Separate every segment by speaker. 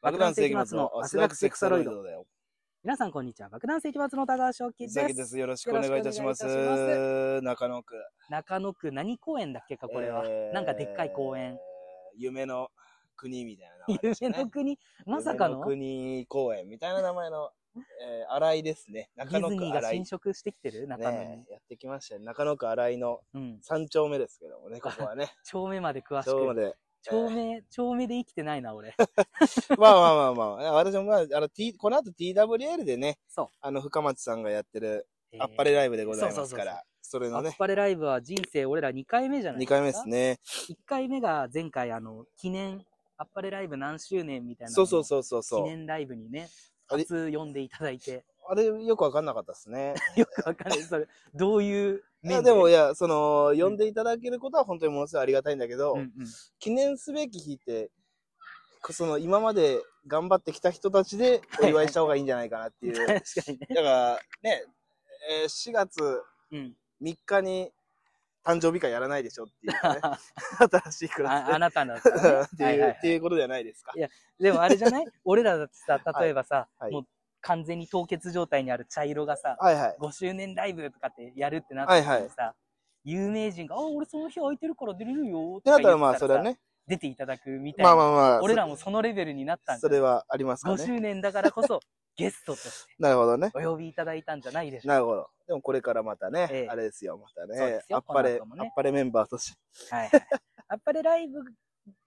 Speaker 1: 爆弾世紀末の
Speaker 2: 汗だくセクサロイド。
Speaker 1: だよ。
Speaker 2: 皆さん、こんにちは。爆弾世紀末の田川正樹
Speaker 1: う
Speaker 2: で
Speaker 1: さぎ
Speaker 2: す。
Speaker 1: です。よろしくお願いいたします
Speaker 2: よろしくお願いいた。
Speaker 1: 中野区。
Speaker 2: 中野区何公園だっけか、これは。
Speaker 1: えー
Speaker 2: なんかでっかい公園。。
Speaker 1: 夢の国みたいな名前でした
Speaker 2: 夢
Speaker 1: ね。
Speaker 2: の国、まさか
Speaker 1: 夢
Speaker 2: のデ
Speaker 1: 国公園みたいな名前 の、えー、新井ですね。中
Speaker 2: ィ
Speaker 1: 野
Speaker 2: ズ
Speaker 1: 区
Speaker 2: ニーが
Speaker 1: 新井
Speaker 2: 侵。食してきてる中野に
Speaker 1: ね。、やってきましたね。中野区新井の
Speaker 2: うん。
Speaker 1: 三丁目ですけども ね、ここはね。
Speaker 2: 丁目まで詳し
Speaker 1: そう
Speaker 2: く。
Speaker 1: で。
Speaker 2: 丁目、丁目で生きてない な、俺。
Speaker 1: まあまあまあまあ。私もまあ、あの、T、この後 TWL でね、
Speaker 2: そう。
Speaker 1: あの、深松さんがやってる、
Speaker 2: えー
Speaker 1: あっぱれライブでございますか
Speaker 2: そうそうそうそう
Speaker 1: ら、それ
Speaker 2: ア
Speaker 1: のね
Speaker 2: ッ、パレライブは人生俺ら2回目じゃない
Speaker 1: 2回目です
Speaker 2: ね。
Speaker 1: ね。
Speaker 2: 1回目が前回、あの、記念、アッパレライブ何周年みたいなの
Speaker 1: そ
Speaker 2: の。
Speaker 1: うそうそうそう
Speaker 2: 記
Speaker 1: そう。
Speaker 2: 念ライブにね、
Speaker 1: あれ
Speaker 2: 初呼んでいただいて、
Speaker 1: あれ、よくわかんなかったです ね。
Speaker 2: よくわかんない。それ、どういう
Speaker 1: い
Speaker 2: 面
Speaker 1: や、でも、いや、その、呼んでいただけることは本当にものすごいありがたいんだけど、
Speaker 2: うんうん
Speaker 1: 記念すべき日って、こその、今まで頑張ってきた人たちでお
Speaker 2: はい
Speaker 1: 祝
Speaker 2: はい
Speaker 1: いした方がいいんじゃないかなっていう。だか
Speaker 2: 確かにね。
Speaker 1: ら、ね、えー4月
Speaker 2: うん。
Speaker 1: 3日に誕生日会やらないでしょっていう ね、新しいクラス
Speaker 2: あ
Speaker 1: で。
Speaker 2: あ。なたなんだったらね
Speaker 1: って、
Speaker 2: はいいうはいは
Speaker 1: っていうことじゃないですか
Speaker 2: い。やいでもあれじゃない俺らだってさ、例えばさ、
Speaker 1: はいはい
Speaker 2: もう完全に凍結状態にある茶色がさ、
Speaker 1: はいはい。
Speaker 2: 5周年ライブとかってやるってなった時にさ、有名人が、あ、俺その日空いてるから出れるよ
Speaker 1: ってなったらまあ、それは。ね。
Speaker 2: 出ていただくみたい
Speaker 1: ま
Speaker 2: な。
Speaker 1: あまあまあ。
Speaker 2: 俺らもそのレベルになったん
Speaker 1: そ
Speaker 2: だ
Speaker 1: れ
Speaker 2: よ。
Speaker 1: はありますか
Speaker 2: 5
Speaker 1: ね。
Speaker 2: 周年だからこそ、ゲストとして
Speaker 1: なるほどね。
Speaker 2: お呼びいただいたんじゃないでしょうか
Speaker 1: なるほど。でもこれからまたね、
Speaker 2: ええ
Speaker 1: あれですよ、また
Speaker 2: そう
Speaker 1: ね
Speaker 2: で。す
Speaker 1: あ
Speaker 2: よ
Speaker 1: っぱれ、
Speaker 2: この後も
Speaker 1: あ
Speaker 2: ね
Speaker 1: っぱれメンバーとして。
Speaker 2: はい。アッパレライブ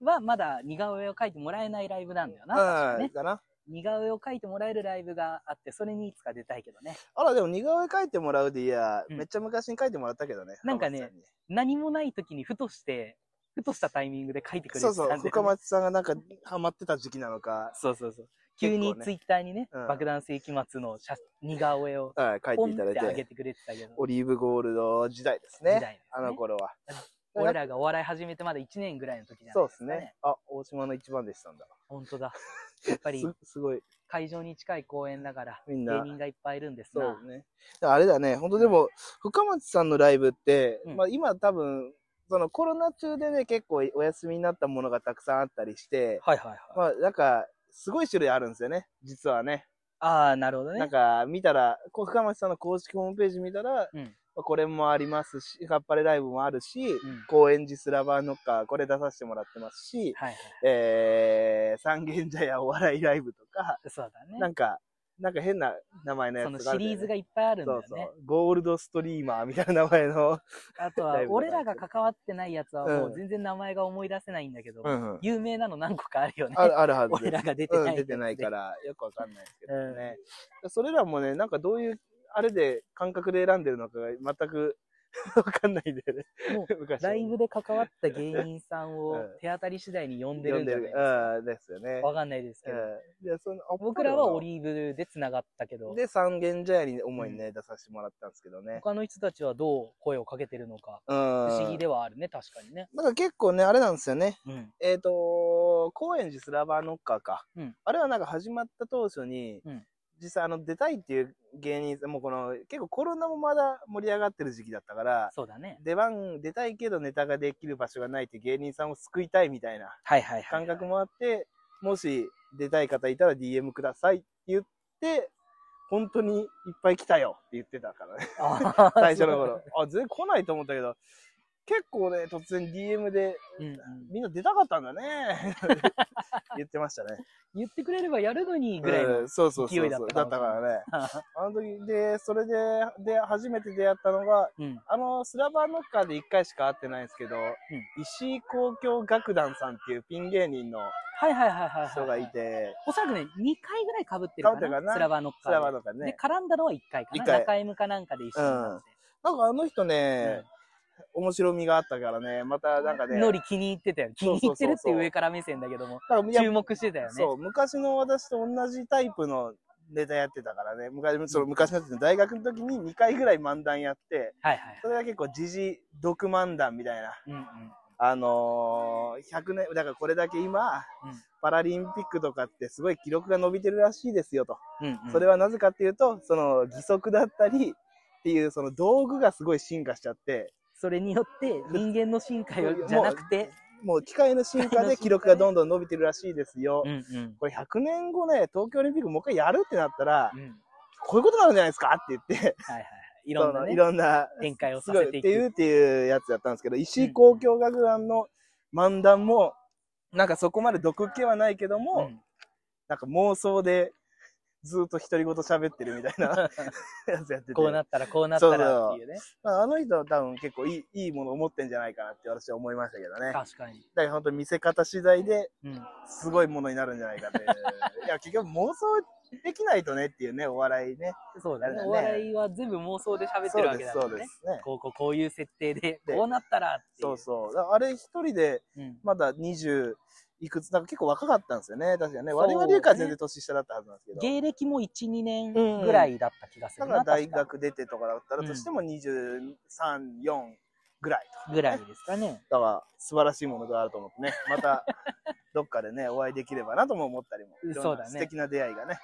Speaker 2: はまだ似顔絵を描いてもらえないライブなんだよな。
Speaker 1: は
Speaker 2: ね
Speaker 1: い。かな。
Speaker 2: 似顔絵を描いてもらえるライブがあって、それにいつか出たいけどね。
Speaker 1: あら、でも似顔絵描いてもらうでいや、
Speaker 2: うん
Speaker 1: めっちゃ昔に描いてもらったけどね。
Speaker 2: なんかね
Speaker 1: 深松さに
Speaker 2: 何もない時にふとして、ふとしたタイミングで描いてくれる
Speaker 1: そう
Speaker 2: やつなん
Speaker 1: そ
Speaker 2: だ
Speaker 1: う、
Speaker 2: よね
Speaker 1: 深松さんがなんかハマってた時期なのか、
Speaker 2: そうそうそう。急に
Speaker 1: 結構ね
Speaker 2: ツイッターにね、
Speaker 1: うん
Speaker 2: 爆弾世紀末の写似顔絵を
Speaker 1: はい、描
Speaker 2: ポ
Speaker 1: い
Speaker 2: ン
Speaker 1: ていた
Speaker 2: って
Speaker 1: だ
Speaker 2: あ
Speaker 1: い
Speaker 2: げ
Speaker 1: て、
Speaker 2: てくれてたけど、
Speaker 1: オリーブゴールド時代です
Speaker 2: 時代
Speaker 1: ね。
Speaker 2: ですね
Speaker 1: あの頃は。
Speaker 2: 俺らがお笑い始めてまだ1年ぐらいの時じゃない
Speaker 1: そう
Speaker 2: で
Speaker 1: ですす
Speaker 2: かね。
Speaker 1: ね。あ、大島の一番でしたんだ。
Speaker 2: 本当だ。やっぱり
Speaker 1: すすごい。
Speaker 2: 会場に近い公園だから、
Speaker 1: み
Speaker 2: 芸
Speaker 1: んな
Speaker 2: 人がいっぱいいるんです
Speaker 1: そ
Speaker 2: な
Speaker 1: う。ね。あれだね、本当でも、深松さんのライブって、
Speaker 2: うん
Speaker 1: まあ今多分、そのコロナ中でね、結構お休みになったものがたくさんあったりして、
Speaker 2: はいはいはい。
Speaker 1: まあなんか、すごい種類あるんですよね、実はね。
Speaker 2: ああ、なるほどね。
Speaker 1: なんか見たら、こう深松さんの公式ホームページ見たら、
Speaker 2: うん
Speaker 1: まあこれもありますし、カッパレライブもあるし、
Speaker 2: うん
Speaker 1: 高円寺スラバーノッカー、これ出させてもらってますし、
Speaker 2: はいはい。
Speaker 1: えー、三軒茶屋お笑いライブとか、
Speaker 2: そうだね。
Speaker 1: なんか、なんか変な名前のや
Speaker 2: そ
Speaker 1: つがあ
Speaker 2: の
Speaker 1: るんだよね
Speaker 2: シリーズがいっぱいあるんだよね。
Speaker 1: そうそう。ゴールドストリーマーみたいな名前の。
Speaker 2: あとは
Speaker 1: ライブ、の
Speaker 2: 俺らが関わってないやつはも
Speaker 1: うん
Speaker 2: う全然名前が思い出せないんだけど、
Speaker 1: ん
Speaker 2: 有名なの何個かあるよね。
Speaker 1: ある、あるはず
Speaker 2: 俺らが出て
Speaker 1: う
Speaker 2: ない、
Speaker 1: ん、出てないか。ら、よくわかんないですけど
Speaker 2: うん
Speaker 1: ね。それらもね、なんかどういう、あれで感覚で選んでるのかが全く わかんないんだよね。
Speaker 2: も
Speaker 1: 昔は
Speaker 2: ライブで関わった芸人さんを
Speaker 1: うん
Speaker 2: 手当たり次第に呼んで
Speaker 1: 読
Speaker 2: る
Speaker 1: ん
Speaker 2: んじ
Speaker 1: で
Speaker 2: ゃ
Speaker 1: る
Speaker 2: ないですか。
Speaker 1: うん、ですよね。
Speaker 2: わかんないですけど。
Speaker 1: うんでその
Speaker 2: 僕らはオリーブで繋がったけど、
Speaker 1: で、三軒茶屋に主にね、出させてもらったんですけどね。
Speaker 2: 他の人たちはどう声をかけてるのか、
Speaker 1: うん。
Speaker 2: 不思議ではあるね、確かにね。
Speaker 1: なんか結構ね、あれなんですよね。
Speaker 2: うん。
Speaker 1: えっ、と、高円寺スラバーノッカーか。
Speaker 2: うん
Speaker 1: あれはなんか始まった当初に、
Speaker 2: うん
Speaker 1: 実際あの出たいっていう芸人さん、もうこの結構コロナもまだ盛り上がってる時期だったから、
Speaker 2: そうだね。
Speaker 1: 出番出たいけどネタができる場所がないっていう芸人さんを救いたいみたいな
Speaker 2: はいはいはい。
Speaker 1: 感覚もあって、もし出たい方いたら DM くださいって言って、本当にいっぱい来たよって言ってたからね。
Speaker 2: あー
Speaker 1: 最初の頃。。あ、全然来ないと思ったけど、結構ね、突然 DM で
Speaker 2: うんうん
Speaker 1: みんな出たかったんだね。 言ってましたね。
Speaker 2: 言ってくれればやるのにぐらいの
Speaker 1: うんそうそうそう
Speaker 2: 勢
Speaker 1: そう
Speaker 2: いだ
Speaker 1: だ
Speaker 2: った
Speaker 1: ったからね。あの時、で、それで、で、初めて出会ったのが、
Speaker 2: うん。
Speaker 1: あの、スラバーノッカーで一回しか会ってないんですけど、石井交響楽団さんっていうピン芸人の
Speaker 2: はいはいはいはい。
Speaker 1: 人がい。て、
Speaker 2: おそらくね、2回ぐらい被ってる
Speaker 1: 被
Speaker 2: か
Speaker 1: って
Speaker 2: な。
Speaker 1: るかな
Speaker 2: スラバーノッカ
Speaker 1: ス
Speaker 2: ー
Speaker 1: ラ
Speaker 2: で
Speaker 1: バーノッカー
Speaker 2: で
Speaker 1: ね。、
Speaker 2: 絡んだのは1回かな。
Speaker 1: 一回
Speaker 2: 中 M かなんかで一緒になって。
Speaker 1: なんかあの人ね
Speaker 2: うん、
Speaker 1: 面白みがあったからね、またなんかね、
Speaker 2: ノリ気に入ってたよ。気に入ってるっていう上から目線だけども、
Speaker 1: なんかいや
Speaker 2: 注目してたよね。
Speaker 1: そう、昔の私と同じタイプのネタやってたからね、昔、その昔のっていうのは大学の時に2回ぐらい漫談やって、
Speaker 2: はいはい。
Speaker 1: それが結構時事毒漫談みたいな、
Speaker 2: うんうん。
Speaker 1: あのー、100年、だからこれだけ今、
Speaker 2: うん
Speaker 1: パラリンピックとかってすごい記録が伸びてるらしいですよと。
Speaker 2: うんうん、
Speaker 1: それ
Speaker 2: は、
Speaker 1: はなぜかっていうと、その義足だったり、っていうその道具がすごい進化しちゃって、
Speaker 2: それによって人間の進化よじゃなくて、
Speaker 1: もう機械の進化で記録がどんどん伸びてるらしいですよ。
Speaker 2: うんうん
Speaker 1: これ100年後ね、東京オリンピックもう一回やるってなったら
Speaker 2: う、ん
Speaker 1: こういうことなんじゃないですかって言って、
Speaker 2: はいはいいろんな
Speaker 1: その
Speaker 2: ね
Speaker 1: いろんな
Speaker 2: 展開を
Speaker 1: す
Speaker 2: さ
Speaker 1: ご
Speaker 2: せ
Speaker 1: い
Speaker 2: てい
Speaker 1: っていう
Speaker 2: く
Speaker 1: っていうやつやったんですけど、石井交響楽団の漫談も、なんかそこまで毒気はないけども、
Speaker 2: うん
Speaker 1: なんか妄想でずっと独り言喋ってるみたいな やつやってて。
Speaker 2: こうなったらこうなったらっていうね
Speaker 1: まあ、あの人は多分結構いいいいものを持ってんじゃないかなって私は思いましたけどね。だか
Speaker 2: 確かに
Speaker 1: ら本当見せ方次第で
Speaker 2: うん
Speaker 1: すごいものになるんじゃないか という。いや、結局妄想できないとねっていうね、お笑いね。
Speaker 2: そうだ
Speaker 1: あれだ
Speaker 2: ね
Speaker 1: ね
Speaker 2: お笑いは全部妄想で喋ってるわけだか
Speaker 1: そ
Speaker 2: ら
Speaker 1: うです、そうで
Speaker 2: ね
Speaker 1: すね。
Speaker 2: こうこうこういう設定で
Speaker 1: で
Speaker 2: こうなったらってい
Speaker 1: そううそう。だからあれ一人で
Speaker 2: うん
Speaker 1: まだ20いくつ、なんか結構若かったんですよね。確かね。
Speaker 2: そう
Speaker 1: 我々よりかは全然年下だったはずなんですけど。
Speaker 2: 芸歴も12年ぐらいだった気がす
Speaker 1: だ
Speaker 2: る
Speaker 1: から
Speaker 2: な、
Speaker 1: 大
Speaker 2: 確か
Speaker 1: 学出てとかだったらとしても23、4ぐらいと。
Speaker 2: ぐらいですかね
Speaker 1: だから素晴らしいものがあると思 ってね。またどっかでね、お会いできればなとも思ったりも。いろんな
Speaker 2: そうだね
Speaker 1: 素敵な出会いがね。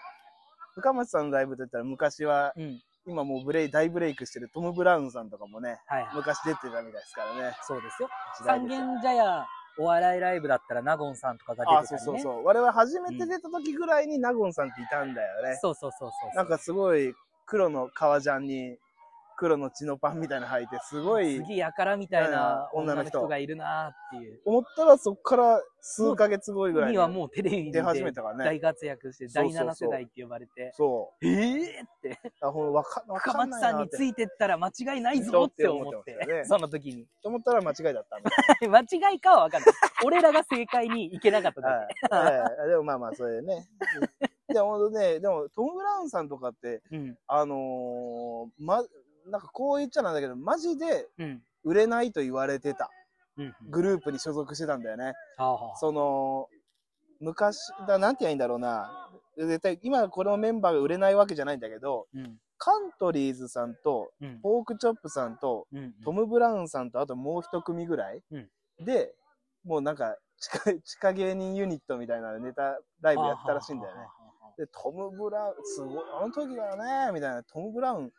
Speaker 1: 深町さんのライブといったら昔は、
Speaker 2: うん
Speaker 1: 今もうブレイ、大ブレイクしてるトム・ブラウンさんとかもね、
Speaker 2: はいはい
Speaker 1: 昔出てたみたいですからね。
Speaker 2: そうですよ
Speaker 1: 時代
Speaker 2: 三
Speaker 1: ですよ
Speaker 2: 軒茶屋お笑いライブだったら納言さんとかが
Speaker 1: あ、
Speaker 2: 出て
Speaker 1: そ
Speaker 2: た
Speaker 1: う
Speaker 2: りね
Speaker 1: そうそう。我々初めて出た時ぐらいに納言さんっていたんだよね。
Speaker 2: そうそうそうそう
Speaker 1: なんかすごい黒の革ジャンに黒の血のパンみたいなの履いて、すごい
Speaker 2: す、げえやからみたいな
Speaker 1: うん女
Speaker 2: 女の
Speaker 1: の
Speaker 2: 人
Speaker 1: 人
Speaker 2: がいるなーっていう
Speaker 1: 思ったらそっから数ヶ月後ぐらい
Speaker 2: に
Speaker 1: に
Speaker 2: はもうテレビに
Speaker 1: 出始めたからね
Speaker 2: 大。活躍して
Speaker 1: そ
Speaker 2: 第
Speaker 1: うそう
Speaker 2: 7
Speaker 1: そ
Speaker 2: 世
Speaker 1: う
Speaker 2: 代って呼ばれて
Speaker 1: そう。
Speaker 2: ええって。
Speaker 1: あ、ほんとわか、わ
Speaker 2: 深
Speaker 1: かんな
Speaker 2: 町
Speaker 1: い
Speaker 2: さん
Speaker 1: なっ
Speaker 2: に
Speaker 1: て
Speaker 2: つ。いてったら間違いないぞって思って
Speaker 1: そうって思ってましたよね
Speaker 2: その時に
Speaker 1: と思ったら間違いだったみたい
Speaker 2: 間違いかは分かんない俺らが正解にいけなかっただ
Speaker 1: な。
Speaker 2: け、
Speaker 1: はいはい。でもまあまあ、それね。 でもほんとね、でもトム・ブラウンさんとかって、
Speaker 2: うん
Speaker 1: あのー、ま、なんかこう言っちゃなんだけど、マジで
Speaker 2: うん
Speaker 1: 売れないと言われてた
Speaker 2: うん
Speaker 1: グループに所属してたんだよね。
Speaker 2: はあはあ
Speaker 1: その、昔、だなんて言えばいいんだろうな。絶対、今このメンバーが売れないわけじゃないんだけど、
Speaker 2: うん
Speaker 1: カントリーズさんと、
Speaker 2: うん
Speaker 1: ポークチョップさんと、
Speaker 2: うん
Speaker 1: トム・ブラウンさんと、あともう一組ぐらい、
Speaker 2: うん
Speaker 1: で、もうなんか、地下、地下芸人ユニットみたいなネタ、ライブやってたらしいんだよね
Speaker 2: は。あはあはあはあ
Speaker 1: で、トム・ブラウン、すごい、あの時だよね、みたいな、トム・ブラウン、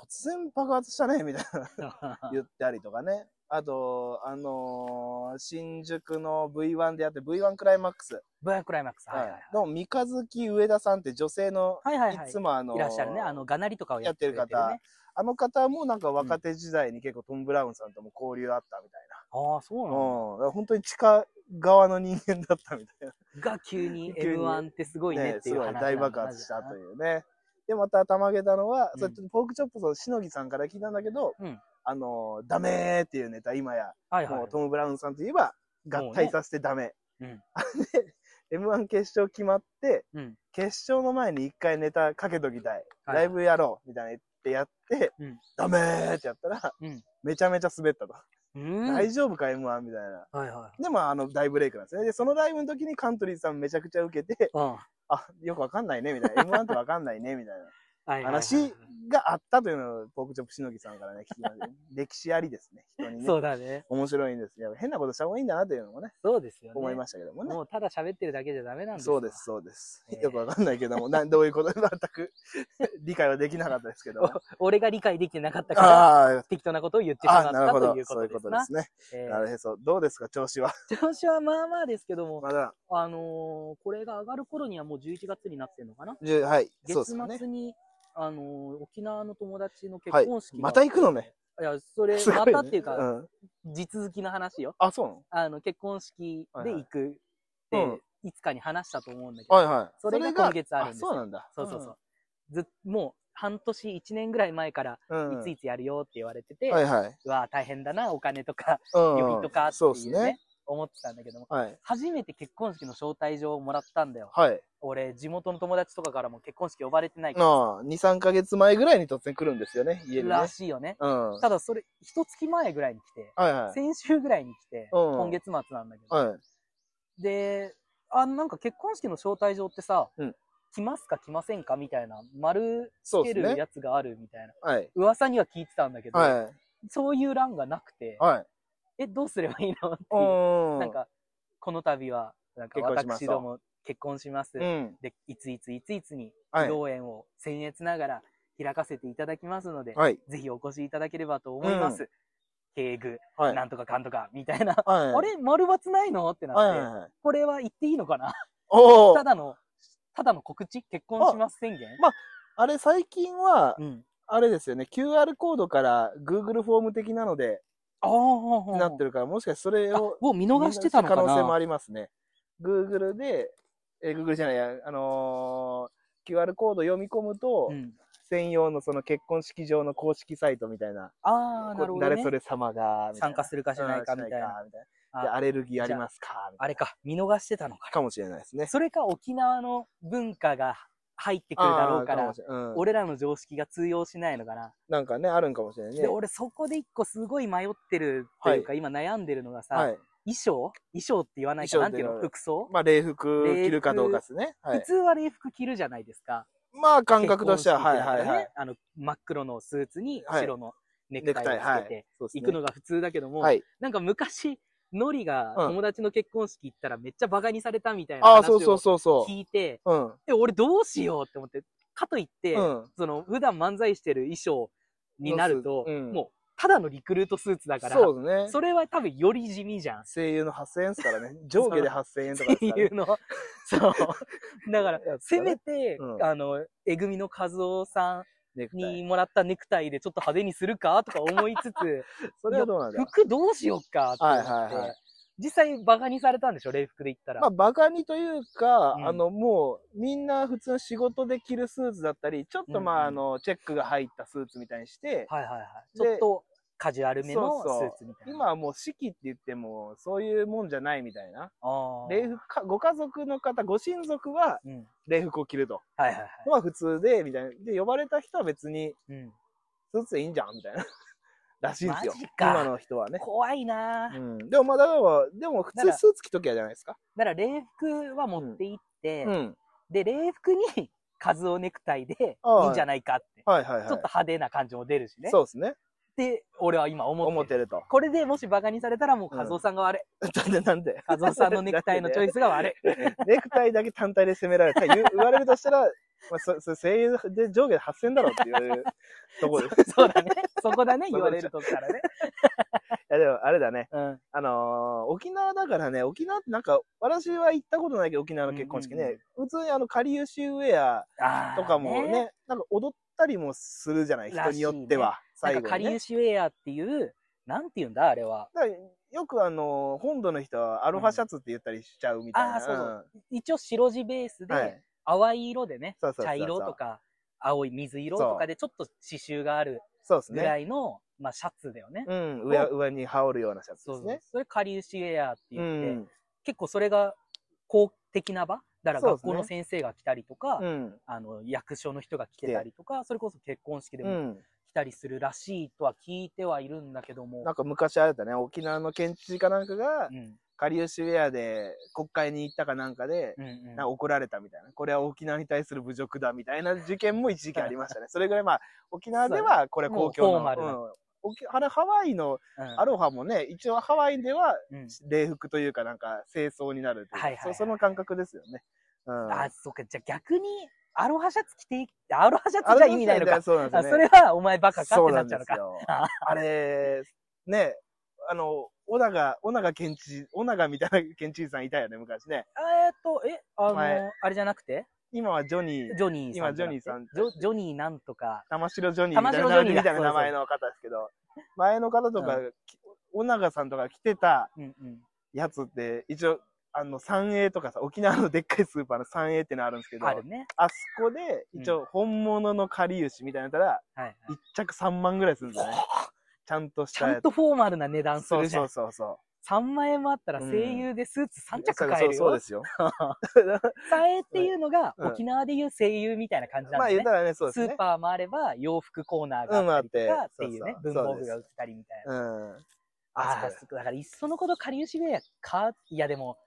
Speaker 1: 突然爆発したね、みたいな。言ったりとかね。あと、あのー新宿の V1 であって V1 クライマックス。
Speaker 2: ブラッククライマックス。はいはい
Speaker 1: はいの三日月上田さんって女性の、
Speaker 2: はい。はいはいはい
Speaker 1: いつもあのー
Speaker 2: いらっしゃるね。あの、がなりとかをやってくれてる、ね、
Speaker 1: やってるあの方もなんか若手時代に結構トム・ブラウンさんとも交流あったみたい
Speaker 2: ああ、そう
Speaker 1: な。
Speaker 2: なの、
Speaker 1: うん。だから本当に地下側の人間だったみたい
Speaker 2: が急に
Speaker 1: 急に
Speaker 2: M1 ってすごいね
Speaker 1: ね
Speaker 2: っ。て
Speaker 1: す
Speaker 2: いう
Speaker 1: ごい
Speaker 2: 話
Speaker 1: 大爆発したと
Speaker 2: う。
Speaker 1: いうね。で、また頭上げたのは、
Speaker 2: うん
Speaker 1: それとポークチョップのしのぎさんから聞いたんだけど、
Speaker 2: うん
Speaker 1: あのーダメーっていうネタ、今や、
Speaker 2: はいはい
Speaker 1: もう。トム・ブラウンさんといえば、合体させてダメ。
Speaker 2: うん。
Speaker 1: M1 決勝決まって、
Speaker 2: うん。
Speaker 1: 決勝の前に一回ネタかけときたい。
Speaker 2: はい
Speaker 1: ライブやろうみたいな言ってやって、
Speaker 2: うん
Speaker 1: ダメーってやったら、
Speaker 2: うん
Speaker 1: めちゃめちゃ滑ったと。
Speaker 2: うん。
Speaker 1: 大丈夫か ?M1 みたいな。
Speaker 2: はいは
Speaker 1: で、まあ、あの、大ブレイクなんですね。で、そのライブの時にカントリーさんめちゃくちゃ受けて、
Speaker 2: い。うん。は
Speaker 1: あ、よくわかんないね、みたい な。M1 ってわかんないね、みたい
Speaker 2: いはい
Speaker 1: な
Speaker 2: はい
Speaker 1: 話があったというのを、ポークチョップしのぎさんからね、聞きました。歴史ありですね、人にね。
Speaker 2: そうだね。
Speaker 1: 面白いんです。いや変なことした方がいいんだなというのもね、
Speaker 2: そうですよね。
Speaker 1: 思いましたけどもね。
Speaker 2: もうただ喋ってるだけじゃダメなんです
Speaker 1: そうです、。そうです。
Speaker 2: えー
Speaker 1: よくわかんないけども、などういうこと 全く理解はできなかったですけ ども。
Speaker 2: 俺が理解できてなかったから、
Speaker 1: あ
Speaker 2: 適当なことを言ってし
Speaker 1: あ、
Speaker 2: まっ
Speaker 1: あ
Speaker 2: た
Speaker 1: なるほど
Speaker 2: という。こ
Speaker 1: そうい
Speaker 2: と
Speaker 1: うこ
Speaker 2: です
Speaker 1: と
Speaker 2: な
Speaker 1: で。すね。
Speaker 2: え
Speaker 1: なるへそ。どうですか、調子は。
Speaker 2: ー調子はまあ まあですけども、
Speaker 1: まだ、
Speaker 2: あのーこれが上がる頃にはもう11月になってるのかな
Speaker 1: じゅはい、そうで
Speaker 2: 月
Speaker 1: すかね
Speaker 2: 末。に、あのー沖縄の友達の結婚式が、
Speaker 1: はいまた行くのね。
Speaker 2: いや、それ、
Speaker 1: すご
Speaker 2: ま
Speaker 1: ね
Speaker 2: たっていうか、
Speaker 1: ん
Speaker 2: 地続きの話よ。
Speaker 1: あ、そうなの
Speaker 2: あの、結婚式で行くって、
Speaker 1: はいいはい
Speaker 2: つかに話したと思うんだけど、
Speaker 1: はいはい。
Speaker 2: それが今月あるんですよ
Speaker 1: そうなんだ。
Speaker 2: そうそうそう。ずもう、半年、1年ぐらい前から、
Speaker 1: うん。うん。
Speaker 2: いついつやるよって言われてて、
Speaker 1: はいはい。
Speaker 2: うわあ大変だな、お金とか、
Speaker 1: うん
Speaker 2: 予備とかって
Speaker 1: そうで
Speaker 2: い
Speaker 1: す
Speaker 2: うね、
Speaker 1: ね。
Speaker 2: 思ってたんだけども、
Speaker 1: はい。
Speaker 2: 初めて結婚式の招待状をもらったんだよ。
Speaker 1: はい。
Speaker 2: 俺、地元の友達とかからも結婚式呼ばれてないから
Speaker 1: ああ、2、3ヶ月前ぐらいに突然来るんですよね、家にね。
Speaker 2: らしいよね。
Speaker 1: うん。はい
Speaker 2: ただそれ、一月前ぐらいに来て、
Speaker 1: はい。
Speaker 2: 先週ぐらいに来て、
Speaker 1: うん
Speaker 2: 今月末なんだけど、
Speaker 1: はい。
Speaker 2: で、あ、なんか結婚式の招待状ってさ、
Speaker 1: うん
Speaker 2: 来ますか来ませんかみたいな、丸
Speaker 1: そう
Speaker 2: つけ
Speaker 1: です
Speaker 2: る
Speaker 1: ね。
Speaker 2: やつがあるみたいな、
Speaker 1: はい。
Speaker 2: 噂には聞いてたんだけど、
Speaker 1: は
Speaker 2: そういう欄がなくて、
Speaker 1: い。はい。
Speaker 2: え、どうすればいいのって
Speaker 1: う
Speaker 2: い
Speaker 1: ん
Speaker 2: う、なんか、この度は、なんか
Speaker 1: 結婚します
Speaker 2: 私ども結婚します。
Speaker 1: うん。
Speaker 2: で、いついついついつに、披
Speaker 1: はい
Speaker 2: 露。宴を僭越ながら開かせていただきますので、
Speaker 1: はい。
Speaker 2: ぜひお越しいただければと思います。敬具、
Speaker 1: はい。
Speaker 2: なんとかかんとか、みたいな。
Speaker 1: はい、
Speaker 2: あれ丸×ないのって
Speaker 1: はい
Speaker 2: な
Speaker 1: は
Speaker 2: っ
Speaker 1: い
Speaker 2: て、
Speaker 1: はい。
Speaker 2: これは言っていいのかな
Speaker 1: お
Speaker 2: た
Speaker 1: お
Speaker 2: だの、ただの告知結婚します宣言
Speaker 1: まあれ最近は、
Speaker 2: うん。
Speaker 1: あれですよね、QR コードから Google フォーム的なので、
Speaker 2: ああ、
Speaker 1: なってるから、もしかしてそれ
Speaker 2: あ
Speaker 1: を
Speaker 2: を見逃してたのかな
Speaker 1: 可能性もありますね。Google で、えー、Google じゃないや、あのー QR コード読み込むと、
Speaker 2: うん
Speaker 1: 専用のその結婚式場の公式サイトみたいな、
Speaker 2: ああ、
Speaker 1: こう
Speaker 2: なるほど、ね。
Speaker 1: 誰それ様が、みたい
Speaker 2: 参
Speaker 1: な
Speaker 2: 加するかしないか
Speaker 1: うん
Speaker 2: みたいな。
Speaker 1: みたいなでアレルギーありますかみたい
Speaker 2: あれか、見逃してたのか
Speaker 1: な。かもしれないですね
Speaker 2: な。。それか沖縄の文化が入ってくるだろうか
Speaker 1: あー
Speaker 2: ら
Speaker 1: も、しれないうん
Speaker 2: 俺らの常識が通用しないのかな。
Speaker 1: なんかね、あるんかもしれないね。
Speaker 2: で、俺そこで一個すごい迷ってるというか、今悩んでるのがさ、
Speaker 1: はい。
Speaker 2: 衣装衣装って言わないか
Speaker 1: 衣装っ
Speaker 2: なん
Speaker 1: ててい
Speaker 2: い
Speaker 1: う
Speaker 2: う
Speaker 1: のは
Speaker 2: の服装、
Speaker 1: まあ、礼服着るかどうかですね。はい
Speaker 2: 普。通は礼服着るじゃないですか。
Speaker 1: まあ、感覚としては、
Speaker 2: 結
Speaker 1: はい
Speaker 2: 婚式だか
Speaker 1: は
Speaker 2: ら
Speaker 1: い
Speaker 2: ね
Speaker 1: はい。
Speaker 2: あの、真っ黒のスーツに
Speaker 1: はい
Speaker 2: 白のネ
Speaker 1: ネク
Speaker 2: クタ
Speaker 1: タ
Speaker 2: イ
Speaker 1: イ、
Speaker 2: を
Speaker 1: は
Speaker 2: つけ
Speaker 1: い
Speaker 2: て。
Speaker 1: そうです
Speaker 2: 行
Speaker 1: ね
Speaker 2: くのが普通だけども、
Speaker 1: はい。
Speaker 2: なんか昔、ノリが
Speaker 1: うん
Speaker 2: 友達の結婚式行ったらめっちゃバカにされたみたいな
Speaker 1: ああ、
Speaker 2: 話
Speaker 1: そうそ
Speaker 2: を
Speaker 1: うそうそ
Speaker 2: 聞いて、
Speaker 1: う。うん。
Speaker 2: え、俺どうしようって思って、かといって、
Speaker 1: うん。
Speaker 2: その普段漫才してる衣装になると、
Speaker 1: うん
Speaker 2: もうただのリクルートスーツだから、
Speaker 1: そうですね。
Speaker 2: それは多分より地味じゃん。
Speaker 1: 声優の8000円ですからね。上下で8000円とかで
Speaker 2: っ
Speaker 1: す
Speaker 2: て
Speaker 1: から
Speaker 2: い
Speaker 1: ね
Speaker 2: うのをそう。だから、
Speaker 1: やつ
Speaker 2: せ
Speaker 1: だね
Speaker 2: めて、
Speaker 1: うん
Speaker 2: あの、えぐみの和夫さ
Speaker 1: ネク
Speaker 2: ん
Speaker 1: タイ
Speaker 2: にもらったネクタイでちょっと派手にするかとか思いつつ、
Speaker 1: それはどうなんだろ
Speaker 2: 服どうしよっかって思って、
Speaker 1: はいはいはい
Speaker 2: 実際バカにされたんでしょ、礼服で言った
Speaker 1: う。
Speaker 2: ら。
Speaker 1: まあ、バカにというか、
Speaker 2: うん
Speaker 1: あの、もう、みんな普通の仕事で着るスーツだったり、ちょっとまあ、
Speaker 2: うん
Speaker 1: あの、チェックが入ったスーツみたいにして、
Speaker 2: はいはいはい。ち
Speaker 1: で
Speaker 2: ょっとカジュアルめのス
Speaker 1: そうそう
Speaker 2: ーツみたいな。
Speaker 1: 今はもう式って言っても、そういうもんじゃないみたいな。
Speaker 2: あー
Speaker 1: 礼服か、ご家族の方、ご親族は
Speaker 2: うん。
Speaker 1: 礼服を着ると。
Speaker 2: はいはいはい。
Speaker 1: まあ普通で、みたいな。で、呼ばれた人は別に、
Speaker 2: うん、
Speaker 1: スーツでいいんじゃんみたいな。 らしいんですよ
Speaker 2: マジ。か
Speaker 1: 今の人はね。
Speaker 2: 怖いなぁ、
Speaker 1: うん。でもまあ、だから、でも普
Speaker 2: なら
Speaker 1: 通スーツ着ときゃじゃないですか。
Speaker 2: だから礼服は持って行って、
Speaker 1: うん。
Speaker 2: で、礼服に カズオネクタイでい
Speaker 1: あー
Speaker 2: いんじゃないかって。
Speaker 1: はいはいはい。
Speaker 2: ちょっと派手な感じも出るしね。
Speaker 1: そうですね。
Speaker 2: って、俺は今思ってる
Speaker 1: 思ってると。
Speaker 2: これでもしバカにされたらもうカズオさんが悪い。
Speaker 1: なんでなんで
Speaker 2: カズオさんのネクタイのチョイスが悪い。
Speaker 1: ネクタイだけ単体で攻められた。言う言われるとしたら、 まあ、そそ声優で上下で8000だろっていうとこです。い
Speaker 2: そうだね。そこだね、言われるとしたらね。
Speaker 1: やでもあれだね。
Speaker 2: うん。
Speaker 1: あのー沖縄だからね、沖縄ってなんか、私は行ったことないけど、沖縄の結婚式
Speaker 2: うんうん
Speaker 1: ね、普通にあの、かりゆしウェア
Speaker 2: あー
Speaker 1: とかもね、。なんか踊ったりもするじゃない、人によっては。
Speaker 2: な
Speaker 1: 最後
Speaker 2: ん
Speaker 1: に、
Speaker 2: か
Speaker 1: ね。
Speaker 2: カリウシウェアっていう、なんて言うんだ、あれは。
Speaker 1: だからよくあの、本土の人はアロハシャツって言ったりしちゃうみたいな。
Speaker 2: あーそう一応白地ベース
Speaker 1: んは
Speaker 2: で
Speaker 1: い、。
Speaker 2: 淡い色でね、
Speaker 1: そうそうそうそう
Speaker 2: 茶色とか、青い水色とかでちょっと刺繍がある
Speaker 1: そうです
Speaker 2: ぐら
Speaker 1: ね。
Speaker 2: いの、まあシャツだよね。
Speaker 1: うん。上、上に羽織るようなシャツ
Speaker 2: そ
Speaker 1: で
Speaker 2: う
Speaker 1: す
Speaker 2: そう
Speaker 1: ね。。
Speaker 2: それカリウシウェアって
Speaker 1: う
Speaker 2: 言って、
Speaker 1: ん。
Speaker 2: 結構それが公的な場だから
Speaker 1: そうで
Speaker 2: 学
Speaker 1: すね
Speaker 2: 校の先生が来たりとか、
Speaker 1: うん。
Speaker 2: あの役所の人が来てたりとか、それこそ結婚式で
Speaker 1: う
Speaker 2: も
Speaker 1: ん。
Speaker 2: 来たりするらしいとは聞いてはいるんだけども
Speaker 1: な、んか昔あれだね、沖縄の県知事かなんかが
Speaker 2: う、ん
Speaker 1: かりゆしウェアで国会に行ったかなんかで、
Speaker 2: うんうん
Speaker 1: なんか怒られたみたいな。これは沖縄に対する侮辱だみたいな事件も一時期あり ましたね。それぐらいまあ、沖縄ではこれ公共
Speaker 2: もう
Speaker 1: の。
Speaker 2: フォーマルな
Speaker 1: うん沖あれハワイの
Speaker 2: うん
Speaker 1: アロハもね、一応ハワイでは
Speaker 2: うん
Speaker 1: 礼服というかなんか清掃になるというか
Speaker 2: はいはいはい
Speaker 1: そその感覚ですよね。うん、
Speaker 2: あそっかじゃあ逆にアロハシャツ着てアロハシャ
Speaker 1: あ
Speaker 2: ツじゃ意味ないのか
Speaker 1: そうなんで
Speaker 2: あ
Speaker 1: す
Speaker 2: そ
Speaker 1: よ、ね。
Speaker 2: れはお前バカかっ
Speaker 1: そう
Speaker 2: てな
Speaker 1: な
Speaker 2: っ
Speaker 1: ん
Speaker 2: ちゃ
Speaker 1: で
Speaker 2: うの
Speaker 1: す
Speaker 2: か
Speaker 1: よ。
Speaker 2: あ
Speaker 1: あれ、ね、あの、小長、小長県知事、小長みたいな県知事さんいたよね、昔ね。
Speaker 2: えーっとえあの
Speaker 1: 前
Speaker 2: あれじゃなくて
Speaker 1: 今はジョニー、
Speaker 2: ジョニーさん
Speaker 1: 今ジョニーさん
Speaker 2: じゃなくてジョジョニーなんとか
Speaker 1: 玉城ジョニーみたい
Speaker 2: 玉
Speaker 1: な
Speaker 2: 城ジョニーだ
Speaker 1: みたいな名前の方ですけど、前の方とか、
Speaker 2: う
Speaker 1: き小長さんとか着てた
Speaker 2: うんうん
Speaker 1: やつって、一応、あの、3A とかさ、沖縄のでっかいスーパーの 3A ってのあるんですけど、
Speaker 2: あるね
Speaker 1: あそこで、一応、本物のかりゆしみたいなのやったら、
Speaker 2: はいはい
Speaker 1: 1着3万ぐらいするんだね。ちゃんとし
Speaker 2: ち
Speaker 1: た
Speaker 2: ゃ
Speaker 1: や
Speaker 2: ん
Speaker 1: つ。
Speaker 2: とフォーマルな値段す
Speaker 1: そ
Speaker 2: る
Speaker 1: う
Speaker 2: じゃん
Speaker 1: そうそうそう。
Speaker 2: 3万円もあったら
Speaker 1: うん
Speaker 2: 声優でスーツ3着買える
Speaker 1: そうそうそう
Speaker 2: よ
Speaker 1: で。すよ。
Speaker 2: 三栄っていうのが
Speaker 1: うん
Speaker 2: 沖縄でいう声優みたいな感じな
Speaker 1: ま
Speaker 2: ん
Speaker 1: あ
Speaker 2: で
Speaker 1: 言
Speaker 2: ね
Speaker 1: った。らね、そうで
Speaker 2: ス
Speaker 1: す
Speaker 2: ー
Speaker 1: ね。
Speaker 2: パーもあれば洋服コーナーがあったりと
Speaker 1: うん
Speaker 2: か
Speaker 1: あ
Speaker 2: っ
Speaker 1: ってて
Speaker 2: いうね、
Speaker 1: そう
Speaker 2: 文
Speaker 1: そう
Speaker 2: 房具が売ったりみたいな。
Speaker 1: うん。
Speaker 2: ああ、だからいっそのことかりゆしウェアか、いやでも、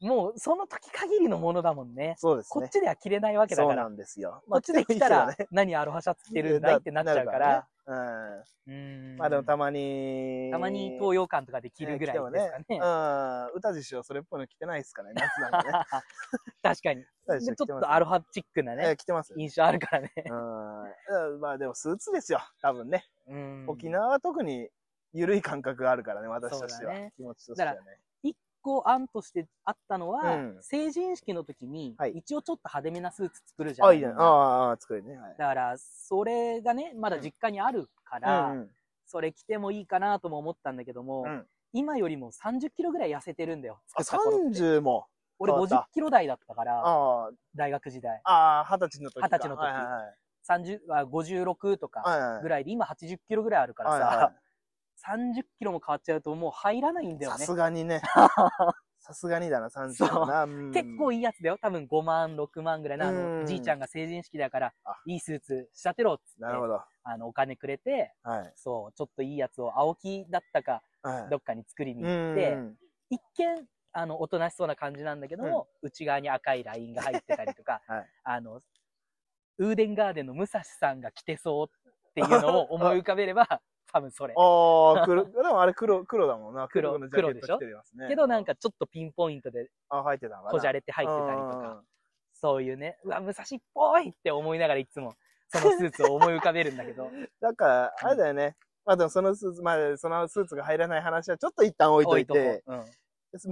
Speaker 2: もうその時限りのものだもんね。
Speaker 1: そうです
Speaker 2: こ
Speaker 1: ね
Speaker 2: っ。ちでは着れないわけだ
Speaker 1: そ
Speaker 2: か
Speaker 1: うな
Speaker 2: ら。
Speaker 1: んですよ。
Speaker 2: こっちで着た
Speaker 1: 来てもい
Speaker 2: ら
Speaker 1: いけどね、
Speaker 2: 何アロハシャツ着てるんだいってなっちゃう
Speaker 1: な
Speaker 2: から。。
Speaker 1: るからね
Speaker 2: うん
Speaker 1: うん。まあでもたまに。
Speaker 2: たまに東
Speaker 1: 洋
Speaker 2: 洋館とかで着るぐらいですかね。
Speaker 1: うん。歌地師匠それっぽいの着てないですからね。夏なんでね。
Speaker 2: 確かに。
Speaker 1: 歌地
Speaker 2: ち
Speaker 1: 師
Speaker 2: ょ
Speaker 1: 匠着
Speaker 2: っ
Speaker 1: てます
Speaker 2: とアロハチックな
Speaker 1: え
Speaker 2: ね
Speaker 1: え、着てます。
Speaker 2: 印象あるからね。
Speaker 1: うん。まあでもスーツですよ。多分ね。
Speaker 2: うん
Speaker 1: 沖縄は特に緩い感覚があるからね、私としては。
Speaker 2: そうだね
Speaker 1: 気持ちとしてはね。
Speaker 2: こう案としてあったのは、
Speaker 1: うん
Speaker 2: 成人式の時に、
Speaker 1: はい
Speaker 2: 一応ちょっと派手めなスーツ作るじゃん。
Speaker 1: あ、いいじゃん。ああああ、作りね。はい。
Speaker 2: だから、それがね、まだ実家にあるから、
Speaker 1: うんうん
Speaker 2: それ着てもいいかなとも思ったんだけども、
Speaker 1: うん
Speaker 2: 今よりも30キロぐらい痩せてるんだよ。
Speaker 1: あ、
Speaker 2: 作った頃って
Speaker 1: 30も。
Speaker 2: 俺
Speaker 1: 変わった
Speaker 2: 50キロ台だったから、
Speaker 1: あ
Speaker 2: 大学時代。
Speaker 1: あ、ああ、二十歳の時か。
Speaker 2: 二十歳の時
Speaker 1: はいはい
Speaker 2: 30あ56とか
Speaker 1: はい。はいはい
Speaker 2: ぐらいで、今80キロぐらいあるからさ、
Speaker 1: はいは
Speaker 2: 30キロも変わっちゃうともう入らないん
Speaker 1: い
Speaker 2: だよ
Speaker 1: さ
Speaker 2: ね
Speaker 1: す。がにね。 さすがにだな、30はな。うん
Speaker 2: 結構いいやつだよ。多分5万、6万ぐらいな、あ
Speaker 1: う
Speaker 2: の、
Speaker 1: ん
Speaker 2: じいちゃんが成人式だから
Speaker 1: あ、
Speaker 2: いいスーツ仕立てろっつって、
Speaker 1: なるほど。
Speaker 2: あの、お金くれて、
Speaker 1: はい。
Speaker 2: そう、ちょっといいやつを青木だったか、
Speaker 1: はい。
Speaker 2: どっかに作りに行っ
Speaker 1: う
Speaker 2: て、
Speaker 1: ん、
Speaker 2: 一見、あの、おとなしそうな感じなんだけども、内側に赤いラインが入ってたりとか
Speaker 1: はい
Speaker 2: あの、ウーデンガーデンの武蔵さんが着てそうっていうのを思い浮かべれば、多分それ。
Speaker 1: ああ、 黒、でもあれ黒、黒だもんな。
Speaker 2: 黒
Speaker 1: のジャケット
Speaker 2: 黒でしょ
Speaker 1: 着てますね
Speaker 2: けどなん、かちょっとピンポイントで
Speaker 1: あ、入ってたのかな
Speaker 2: こじゃれて入ってたりとか、。そういうね、うわ、武蔵っぽいって思いながらいつも、そのスーツを思い浮かべるんだけど、
Speaker 1: だから、あれだよね。まあでもそのスーツ、まあそのスーツが入らない話はちょっと一旦 置いとい
Speaker 2: 多こ
Speaker 1: て、
Speaker 2: う。うん。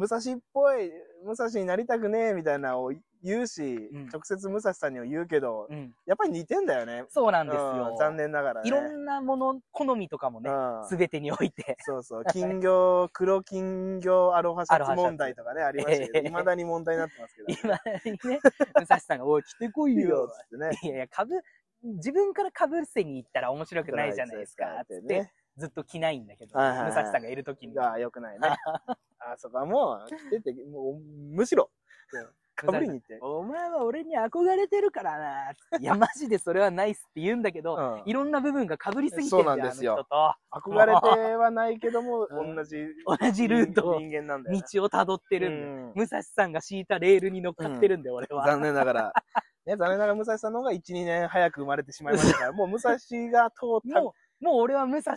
Speaker 1: 武蔵っぽい、武蔵になりたくねえみたいなのを言うし、
Speaker 2: ん
Speaker 1: 直接武蔵さんには言うけど、
Speaker 2: うん。
Speaker 1: やっぱり似てんだよね。
Speaker 2: そうなんです
Speaker 1: う
Speaker 2: よ
Speaker 1: ん。残念ながらね。
Speaker 2: いろんなもの、好みとかもね、
Speaker 1: うん
Speaker 2: すべてにおいて。
Speaker 1: そう そう。金魚、黒金魚アロハシャツ問題とかね、ありましたけ
Speaker 2: え
Speaker 1: ど、
Speaker 2: え
Speaker 1: 未だに問題になってます けど、
Speaker 2: 今にね、武蔵さんが、おい、着てこい
Speaker 1: いいよ
Speaker 2: よ。
Speaker 1: っつってね。
Speaker 2: いやいや、かぶ、自分からかぶせに行ったら面白くないじゃないですか。つっ
Speaker 1: ね
Speaker 2: て、。ずっと着ないんだけど、
Speaker 1: はいは
Speaker 2: 武
Speaker 1: いはい
Speaker 2: 蔵さんがいるときに。
Speaker 1: が良くないね。 あそこはもう、来てて、もう、むしろ、かぶりに行って。
Speaker 2: お前は俺に憧れてるからな。いや、マジでそれはないっすって言うんだけど、
Speaker 1: うん
Speaker 2: いろんな部分が被りすぎてる
Speaker 1: そうんな
Speaker 2: だ
Speaker 1: ん
Speaker 2: よ、
Speaker 1: ですよ
Speaker 2: あ
Speaker 1: 憧れてはないけども、
Speaker 2: うん
Speaker 1: 同じ、
Speaker 2: の人と。同じルートを、
Speaker 1: 人間なんだよね。
Speaker 2: 道を辿ってるんだよ。
Speaker 1: うん
Speaker 2: 武蔵さんが敷いたレールに乗っかってるんだよ、俺は。
Speaker 1: 残念なが ら。ね、残念ながら武蔵さんの方が1、2年早く生まれてしまいましたから、もう武蔵が通った。
Speaker 2: もう、もう俺は武蔵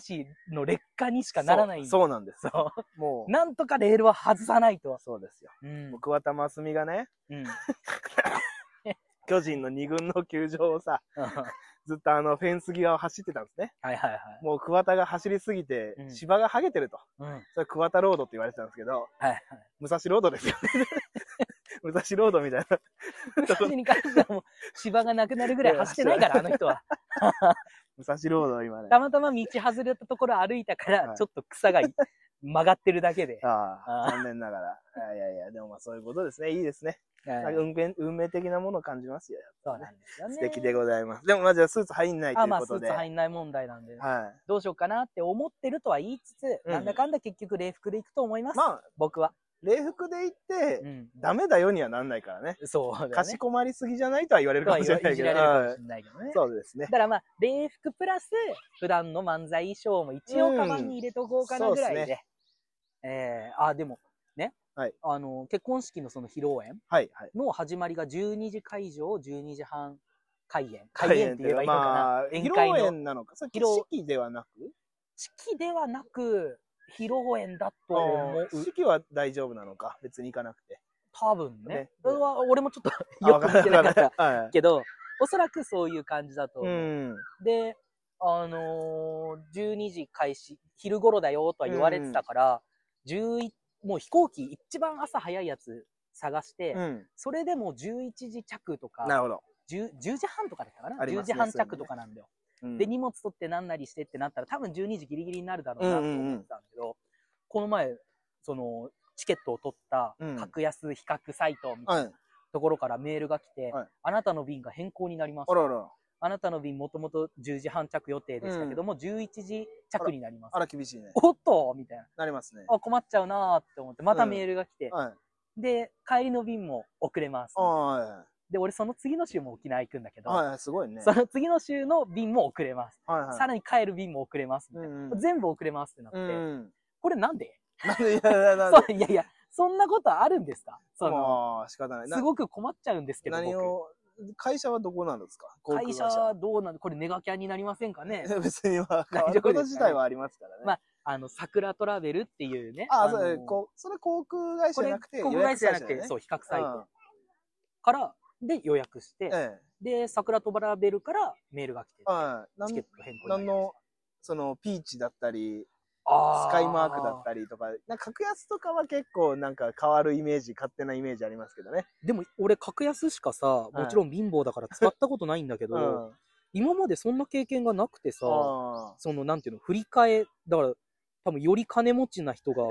Speaker 2: の劣化にしかならないんだ
Speaker 1: そうそうなんです。
Speaker 2: そ
Speaker 1: も
Speaker 2: う。なんとかレールは外さないと
Speaker 1: う、。そうですよ。
Speaker 2: うん
Speaker 1: もう。桑田真澄がね、
Speaker 2: うん。
Speaker 1: 巨人の2軍の球場をさ、
Speaker 2: は
Speaker 1: ずっとあのフェンス際を走ってたんですね。
Speaker 2: いはいはい。
Speaker 1: もう桑田が走りすぎて
Speaker 2: う、ん
Speaker 1: 芝が剥げてると。
Speaker 2: うん。はい
Speaker 1: それ桑田ロードって言われてたんですけど、
Speaker 2: はい。
Speaker 1: 武蔵ロードですよね。 武蔵ロードみたいな。
Speaker 2: 武蔵に関してはもう芝がなくなるぐらい走ってないから、あの人 は。
Speaker 1: 武蔵ロード今ね。
Speaker 2: たまたま道外れたところ歩いたか
Speaker 1: は
Speaker 2: ら、
Speaker 1: い
Speaker 2: ちょっと草がい曲がってるだけ で。
Speaker 1: ああ、
Speaker 2: あー
Speaker 1: 残念ながら。あいやいや、でもまあそういうことですね。いいですね。
Speaker 2: はい
Speaker 1: 運命運命的なものを感じますよ。
Speaker 2: そうなんですよね。
Speaker 1: 素敵でございます。でもまあじゃあスーツ入んないとい
Speaker 2: あ、
Speaker 1: う
Speaker 2: まあ、
Speaker 1: こ
Speaker 2: ス
Speaker 1: と
Speaker 2: ー
Speaker 1: で。
Speaker 2: ツ入んない問題なんで、
Speaker 1: はい。
Speaker 2: どうしようかなって思ってるとは言いつつ、
Speaker 1: うん
Speaker 2: なんだかんだ結局、礼服で行くと思います。
Speaker 1: まあ、
Speaker 2: 僕は。
Speaker 1: 礼服で行って、
Speaker 2: うん。
Speaker 1: ダメだよにはなんないからね。
Speaker 2: そうだね。
Speaker 1: かしこまりすぎじゃないとは言われる
Speaker 2: と
Speaker 1: か
Speaker 2: は
Speaker 1: もしれ
Speaker 2: 言わ
Speaker 1: ない
Speaker 2: い
Speaker 1: け
Speaker 2: じ
Speaker 1: ど。
Speaker 2: られるかも
Speaker 1: は
Speaker 2: しれないけど
Speaker 1: い
Speaker 2: ね。
Speaker 1: そうですね
Speaker 2: だ。からまあ、礼服プラス、普段の漫才衣装も一応カバンに入れとこうかなぐらいで。
Speaker 1: うんそうっす
Speaker 2: えー、あ、でも、ね。
Speaker 1: はい
Speaker 2: あの、結婚式のその披露宴
Speaker 1: はい、はい。
Speaker 2: の始まりが12時会場、12時半開演。開演って言えばいいのかな。
Speaker 1: まあ、披
Speaker 2: 宴
Speaker 1: 露
Speaker 2: 会の
Speaker 1: 宴なのか。それ
Speaker 2: 披露
Speaker 1: 式ではなく
Speaker 2: 式ではなく、披露宴だと思う
Speaker 1: あ。ー式は大丈夫なのか。別に行かなくて。
Speaker 2: 多分ね。
Speaker 1: ね
Speaker 2: うわ俺もちょっと
Speaker 1: あ
Speaker 2: よく見てなかっ
Speaker 1: わ
Speaker 2: た
Speaker 1: かん ないはい。
Speaker 2: けど、おそらくそういう感じだと思う。
Speaker 1: うん。
Speaker 2: で、あのー、12時開始、昼頃だよとは言われてたから、11もう飛行機一番朝早いやつ探して、
Speaker 1: うん。
Speaker 2: それでも11時着と
Speaker 1: な
Speaker 2: か
Speaker 1: るほど。
Speaker 2: 10、10時半とかだったかな、
Speaker 1: ありま
Speaker 2: 10
Speaker 1: すね
Speaker 2: 時半着とかなんだよ。
Speaker 1: うん
Speaker 2: で、荷物取ってなんなりしてってなったら、多分12時ギリギリになるだろうなと思ってたんだけど、この前、その、チケットを取った
Speaker 1: うん
Speaker 2: 格安比較サイトみたいな
Speaker 1: はい。
Speaker 2: ところからメールが来て、
Speaker 1: はい
Speaker 2: あなたの便が変更になります
Speaker 1: あ。らあら。
Speaker 2: あなたの便もともと10時半着予定でしたけども、11時着になります
Speaker 1: あ。ら、厳しいね。
Speaker 2: おっとみたいな。
Speaker 1: なりますね。
Speaker 2: あ、困っちゃうなーって思って、またメールが来て、
Speaker 1: はい。
Speaker 2: で、帰りの便も遅れます
Speaker 1: あ。あ、は
Speaker 2: で、俺その次の週も沖縄行くんだけ
Speaker 1: い。
Speaker 2: ど、
Speaker 1: はい、すごいね。
Speaker 2: その次の週の便も遅れます。
Speaker 1: はいはい。
Speaker 2: さらに帰る便も遅れますみたいな、
Speaker 1: うんうん
Speaker 2: 全部遅れますってなって、
Speaker 1: うん。
Speaker 2: これなんで
Speaker 1: なんで、いやいや、なんで
Speaker 2: そういやいや、そんなことあるんですかその、
Speaker 1: まあ、仕方ない。な
Speaker 2: すごく困っちゃうんですけど、
Speaker 1: 何
Speaker 2: 僕。
Speaker 1: を、会社はどこなんですか航空
Speaker 2: 会社はどうなんこれネガキャンになりませんかね
Speaker 1: 社 別には、変わる
Speaker 2: 大丈夫ですかね
Speaker 1: こと自体はありますからね。
Speaker 2: まあの、桜トラベルっていうね。
Speaker 1: あ、あ、
Speaker 2: の
Speaker 1: そう、こう、それ航空会社じ
Speaker 2: こ
Speaker 1: ゃ
Speaker 2: れ
Speaker 1: なくて、、
Speaker 2: 航空会社じゃなく
Speaker 1: 予約会
Speaker 2: て、
Speaker 1: 社
Speaker 2: そう、比較サ
Speaker 1: だ
Speaker 2: イ
Speaker 1: よ
Speaker 2: トから、で予約し
Speaker 1: ね
Speaker 2: て、
Speaker 1: うんええ。
Speaker 2: で、桜トラベルからメールが来て、
Speaker 1: はい。な
Speaker 2: チケッ
Speaker 1: ん
Speaker 2: ト変更
Speaker 1: 何
Speaker 2: になりまし
Speaker 1: の、その、ピーチだったり、
Speaker 2: あ
Speaker 1: スカイマークだったりとか、なんか格安とかは結構なんか変わるイメージ、勝手なイメージありますけどね。
Speaker 2: でも俺格安しかさ
Speaker 1: い
Speaker 2: もちろん貧乏だから使ったことないんだけど、
Speaker 1: うん。
Speaker 2: 今までそんな経験がなくてさ
Speaker 1: あ
Speaker 2: そのなんていうの振り替えだから多分より金持ちな人が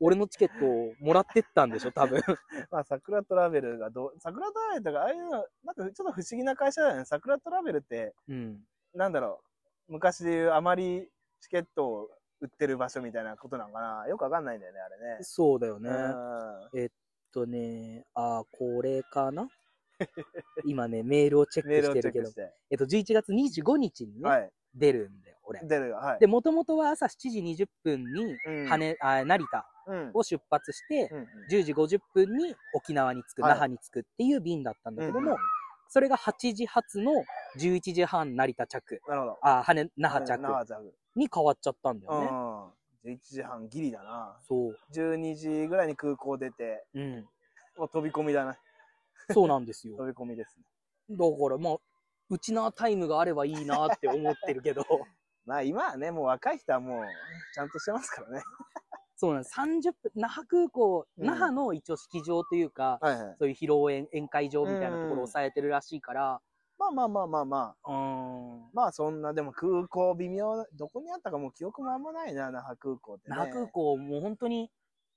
Speaker 2: 俺のチケットをもらってったんでしょ多 分
Speaker 1: ーまあ、桜トラベルがどう、桜トラベルとか、ああいうの、なんかちょっと不思議な会社だよね。桜トラベルって、
Speaker 2: うん
Speaker 1: なんだろう、昔でいうあまりチケットを売ってる場所みたいなことなのかな。よくわかんないんだよね、あれね。
Speaker 2: そうだよね、えっ
Speaker 1: う
Speaker 2: とねあーこれかな今ねメールをチェッ
Speaker 1: ん。メ
Speaker 2: ク
Speaker 1: ール
Speaker 2: し
Speaker 1: を
Speaker 2: て
Speaker 1: チェッ
Speaker 2: るけ
Speaker 1: ク
Speaker 2: ど
Speaker 1: して。
Speaker 2: えっと11月25日にね、
Speaker 1: はい。
Speaker 2: 出るんだよ俺
Speaker 1: 出るよ、はい。
Speaker 2: でもともとは朝7時20分に
Speaker 1: うん
Speaker 2: 羽、あ成田
Speaker 1: うん。
Speaker 2: を出発して、
Speaker 1: うん
Speaker 2: 10時50分に沖縄に着く、
Speaker 1: はい
Speaker 2: 那覇に着くっていう便だったんだけども、
Speaker 1: うん
Speaker 2: それが8時発の11時半成田着、
Speaker 1: なるほど。
Speaker 2: あ、羽、那
Speaker 1: う
Speaker 2: 覇
Speaker 1: ん那覇
Speaker 2: 着
Speaker 1: 着。
Speaker 2: に変わっちゃったんだよ
Speaker 1: う
Speaker 2: ね。
Speaker 1: ん。11時半ギリだな。
Speaker 2: そう。
Speaker 1: 12時ぐらいに空港出て、
Speaker 2: うん。
Speaker 1: もう飛び込みだな。
Speaker 2: そうなんです よ。だ
Speaker 1: 飛び込みですね。
Speaker 2: からまあ、うちなタイムがあればいいなって思ってるけど、
Speaker 1: まあ今はね、もう若い人はもう、ちゃんとしてますからね。
Speaker 2: そうなんです。30分、那覇空港、
Speaker 1: うん
Speaker 2: 那覇の一応式場というか、
Speaker 1: はいはい。
Speaker 2: そういう披露宴、宴会場みたいなところを抑えてるらしいから、
Speaker 1: まあまあまあまあまあ。
Speaker 2: うん、
Speaker 1: まあそんな、でも空港微妙な、どこにあったかもう記憶もあんまないな、那覇空港って、ね。
Speaker 2: 那覇空港もう本当に